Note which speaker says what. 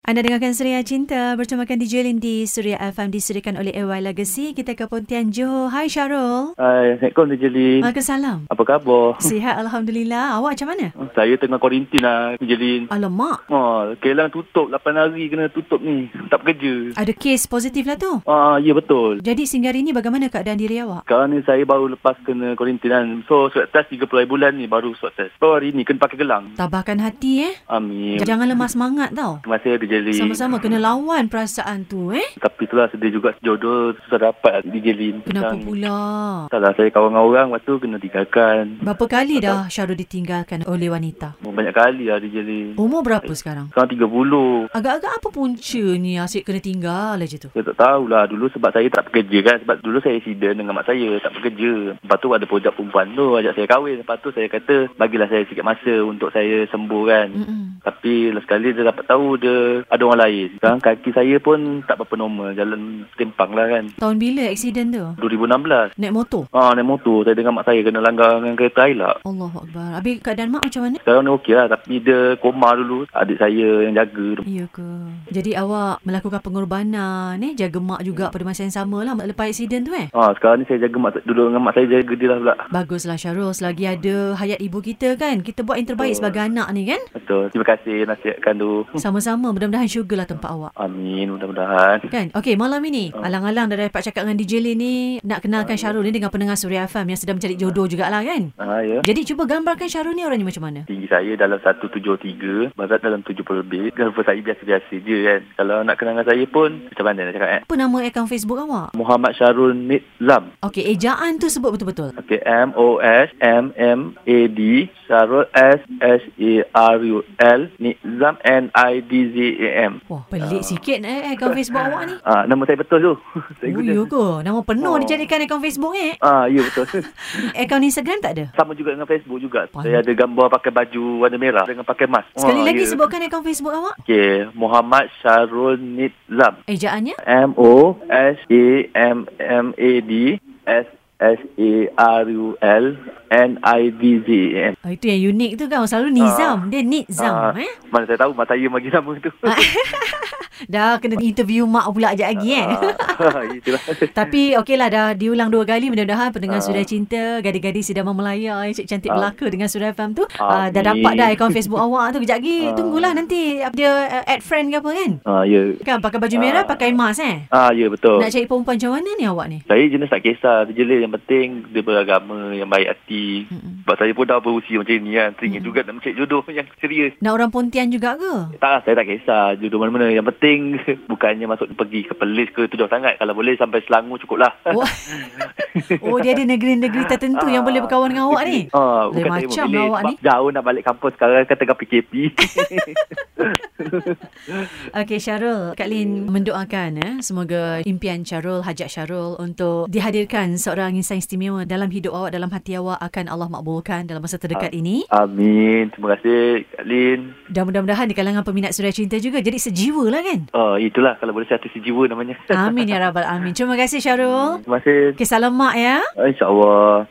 Speaker 1: Anda dengarkan Suria Cinta bertemakan DJ Lin di Suria FM disediakan oleh AY Legacy. Kita ke Pontian Johor. Hai Syarul.
Speaker 2: Hai, Assalamualaikum Encik Jeli.
Speaker 1: Waalaikumsalam.
Speaker 2: Apa khabar?
Speaker 1: Sihat Alhamdulillah. Awak macam mana?
Speaker 2: Saya tengah kuarantin lah, Encik Jelin.
Speaker 1: Alamak.
Speaker 2: Oh, Kelang tutup 8 hari kena tutup ni. Tak bekerja.
Speaker 1: Ada kes positif lah tu.
Speaker 2: Ah, ya betul.
Speaker 1: Jadi sehingga hari ini bagaimana keadaan diri awak?
Speaker 2: Sekarang ni saya baru lepas kena kuarantin kan. So, swab test 30 hari bulan ni baru swab test. So, hari ni kena pakai gelang.
Speaker 1: Tabahkan hati eh.
Speaker 2: Amin.
Speaker 1: Jangan lemah semangat tau.
Speaker 2: Terima kasih Encik Jelin.
Speaker 1: Sama-sama kena lawan perasaan tu eh.
Speaker 2: Tapi itulah sedih juga jodoh susah dapat Encik Jelin.
Speaker 1: Kenapa
Speaker 2: Sekarang-
Speaker 1: pula?
Speaker 2: Tak lah, saya kawan dengan orang, lepas tu kena tinggalkan.
Speaker 1: Berapa kali dah Syarul ditinggalkan oleh wanita?
Speaker 2: Oh, Banyak kali lah Encik Jelin.
Speaker 1: Umur berapa sekarang?
Speaker 2: Sekarang 30.
Speaker 1: Agak-agak apa punca ni asyik kena tinggal aja tu?
Speaker 2: Saya tak tahulah dulu sebab saya tak bekerja kan sebab dulu saya accident dengan mak saya tak bekerja lepas tu ada pojok perempuan tu ajak saya kahwin lepas tu saya kata bagilah saya sikit masa untuk saya sembuh kan
Speaker 1: Mm-mm.
Speaker 2: tapi last sekali dia dapat tahu dia ada orang lain sekarang kaki saya pun tak berapa normal jalan timpang lah kan
Speaker 1: Tahun bila accident tu?
Speaker 2: 2016
Speaker 1: Naik motor?
Speaker 2: Ah, naik motor saya dengan mak saya kena langgar dengan kereta ailak
Speaker 1: Allahu Akbar. Habis keadaan mak macam mana?
Speaker 2: sekarang ni okey lah tapi dia koma dulu adik saya yang jaga
Speaker 1: Ya ke? Jadi awak melakukan pengorbanan eh? Jaga mak juga pada masa yang sama lah lepas accident tu eh?
Speaker 2: Ah, sekarang ni saya jaga mak dulu dengan mak saya jaga dia lah pula
Speaker 1: Baguslah Syarul selagi ada hayat ibu kita kan. Kita buat yang terbaik sebagai anak ni kan?
Speaker 2: betul terima kasih nasihatkan tu
Speaker 1: Sama-sama mudah-mudahan syurga lah tempat awak.
Speaker 2: Amin mudah-mudahan
Speaker 1: Kan? Okey, malam ini alang-alang dah dapat cakap dengan DJ Lee ni nak kenalkan Syarul ni dengan pendengar Suria FM yang sedang mencari jodoh jugalah kan?
Speaker 2: Ah, ya.
Speaker 1: Jadi cuba gambarkan Syarul ni orangnya macam mana?
Speaker 2: Tinggi saya dalam 173, berat dalam 70 lebih. Girlfriend saya biasa-biasa je kan. Kalau nak kenangan saya pun, macam mana nak cakap eh?
Speaker 1: Apa nama akaun Facebook awak?
Speaker 2: Muhammad Syarul Nid Lam.
Speaker 1: Okey, ejaan tu sebut betul-betul.
Speaker 2: Okay, M-O-S-M-M-A-D Syarul S-S-A-R-U-L Nizam N-I-D-Z-A-M
Speaker 1: Wah, pelik sikit eh akaun Facebook awak ni.
Speaker 2: Ah, Nama saya betul tu Saya
Speaker 1: Oh,
Speaker 2: guna
Speaker 1: ya ke? Nama penuh
Speaker 2: Oh.
Speaker 1: dijadikan akaun Facebook eh?
Speaker 2: Ah, Ya betul
Speaker 1: Akaun Instagram tak ada?
Speaker 2: Sama juga dengan Facebook juga
Speaker 1: Pandai.
Speaker 2: Saya ada gambar pakai baju warna merah Dengan pakai mask
Speaker 1: Sekali
Speaker 2: Ah,
Speaker 1: lagi
Speaker 2: ya.
Speaker 1: sebutkan akaun Facebook awak.
Speaker 2: Okay, Muhammad Syarul Nid Lam
Speaker 1: Ejaannya?
Speaker 2: M O S A M M A D S S A R U L N I D Z A M.
Speaker 1: Ah, itu yang unik tu kan. Selalu Nizam.
Speaker 2: Ah.
Speaker 1: Dia Nizam eh.
Speaker 2: Mana saya tahu mak saya bagi nama tu.
Speaker 1: Dah kena interview mak pula sekejap lagi eh.
Speaker 2: Ah, itulah.
Speaker 1: Tapi okeylah dah diulang dua kali mudah-mudahan
Speaker 2: Ah.
Speaker 1: pendengar Suria Cinta, gadis-gadis idaman Melaya, eh, cik cantik Melaka dengan Suria FM tu ah, dah
Speaker 2: Amin.
Speaker 1: dapat dah akaun Facebook awak tu. Kejap lagi tunggulah nanti dia uh, add friend ke apa kan.
Speaker 2: Ah, ya.
Speaker 1: Kan pakai baju merah, pakai mask eh.
Speaker 2: Ah, ya betul.
Speaker 1: Nak cari perempuan macam mana ni awak ni?
Speaker 2: Saya jenis tak kisah Dia jelas yang penting Dia beragama Yang baik hati
Speaker 1: Mm-mm.
Speaker 2: Sebab saya pun dah berusia macam ni kan Teringin juga nak mencari jodoh Yang serius
Speaker 1: Nak orang Pontian juga ke?
Speaker 2: Tak lah saya tak kisah Jodoh mana-mana Yang penting Bukannya masuk pergi ke Perlis ke tu jauh sangat Kalau boleh sampai Selangor cukup lah
Speaker 1: Oh, oh dia ada negeri-negeri tertentu yang boleh berkawan dengan awak ni.
Speaker 2: Ah,
Speaker 1: Lain
Speaker 2: bukan saya
Speaker 1: macam
Speaker 2: memilih
Speaker 1: lah awak
Speaker 2: sebab
Speaker 1: ni.
Speaker 2: Jauh nak balik kampung sekarang kan tengah PKP.
Speaker 1: Okey Syarul, Kak Lin mendoakan eh, semoga impian Syarul, hajat Syarul untuk dihadirkan seorang insan istimewa dalam hidup awak, dalam hati awak akan Allah makbulkan dalam masa
Speaker 2: Ah.
Speaker 1: terdekat ini.
Speaker 2: Amin. Terima kasih Kak Lin.
Speaker 1: Dan mudah-mudahan di kalangan peminat Suria Cinta juga jadi sejiwa lah kan.
Speaker 2: Oh, itulah kalau boleh satu sejiwa namanya.
Speaker 1: Amin ya Rabbal Amin. Terima kasih Syarul.
Speaker 2: Terima kasih. Ah,
Speaker 1: Okey salam mak ya.
Speaker 2: InsyaAllah.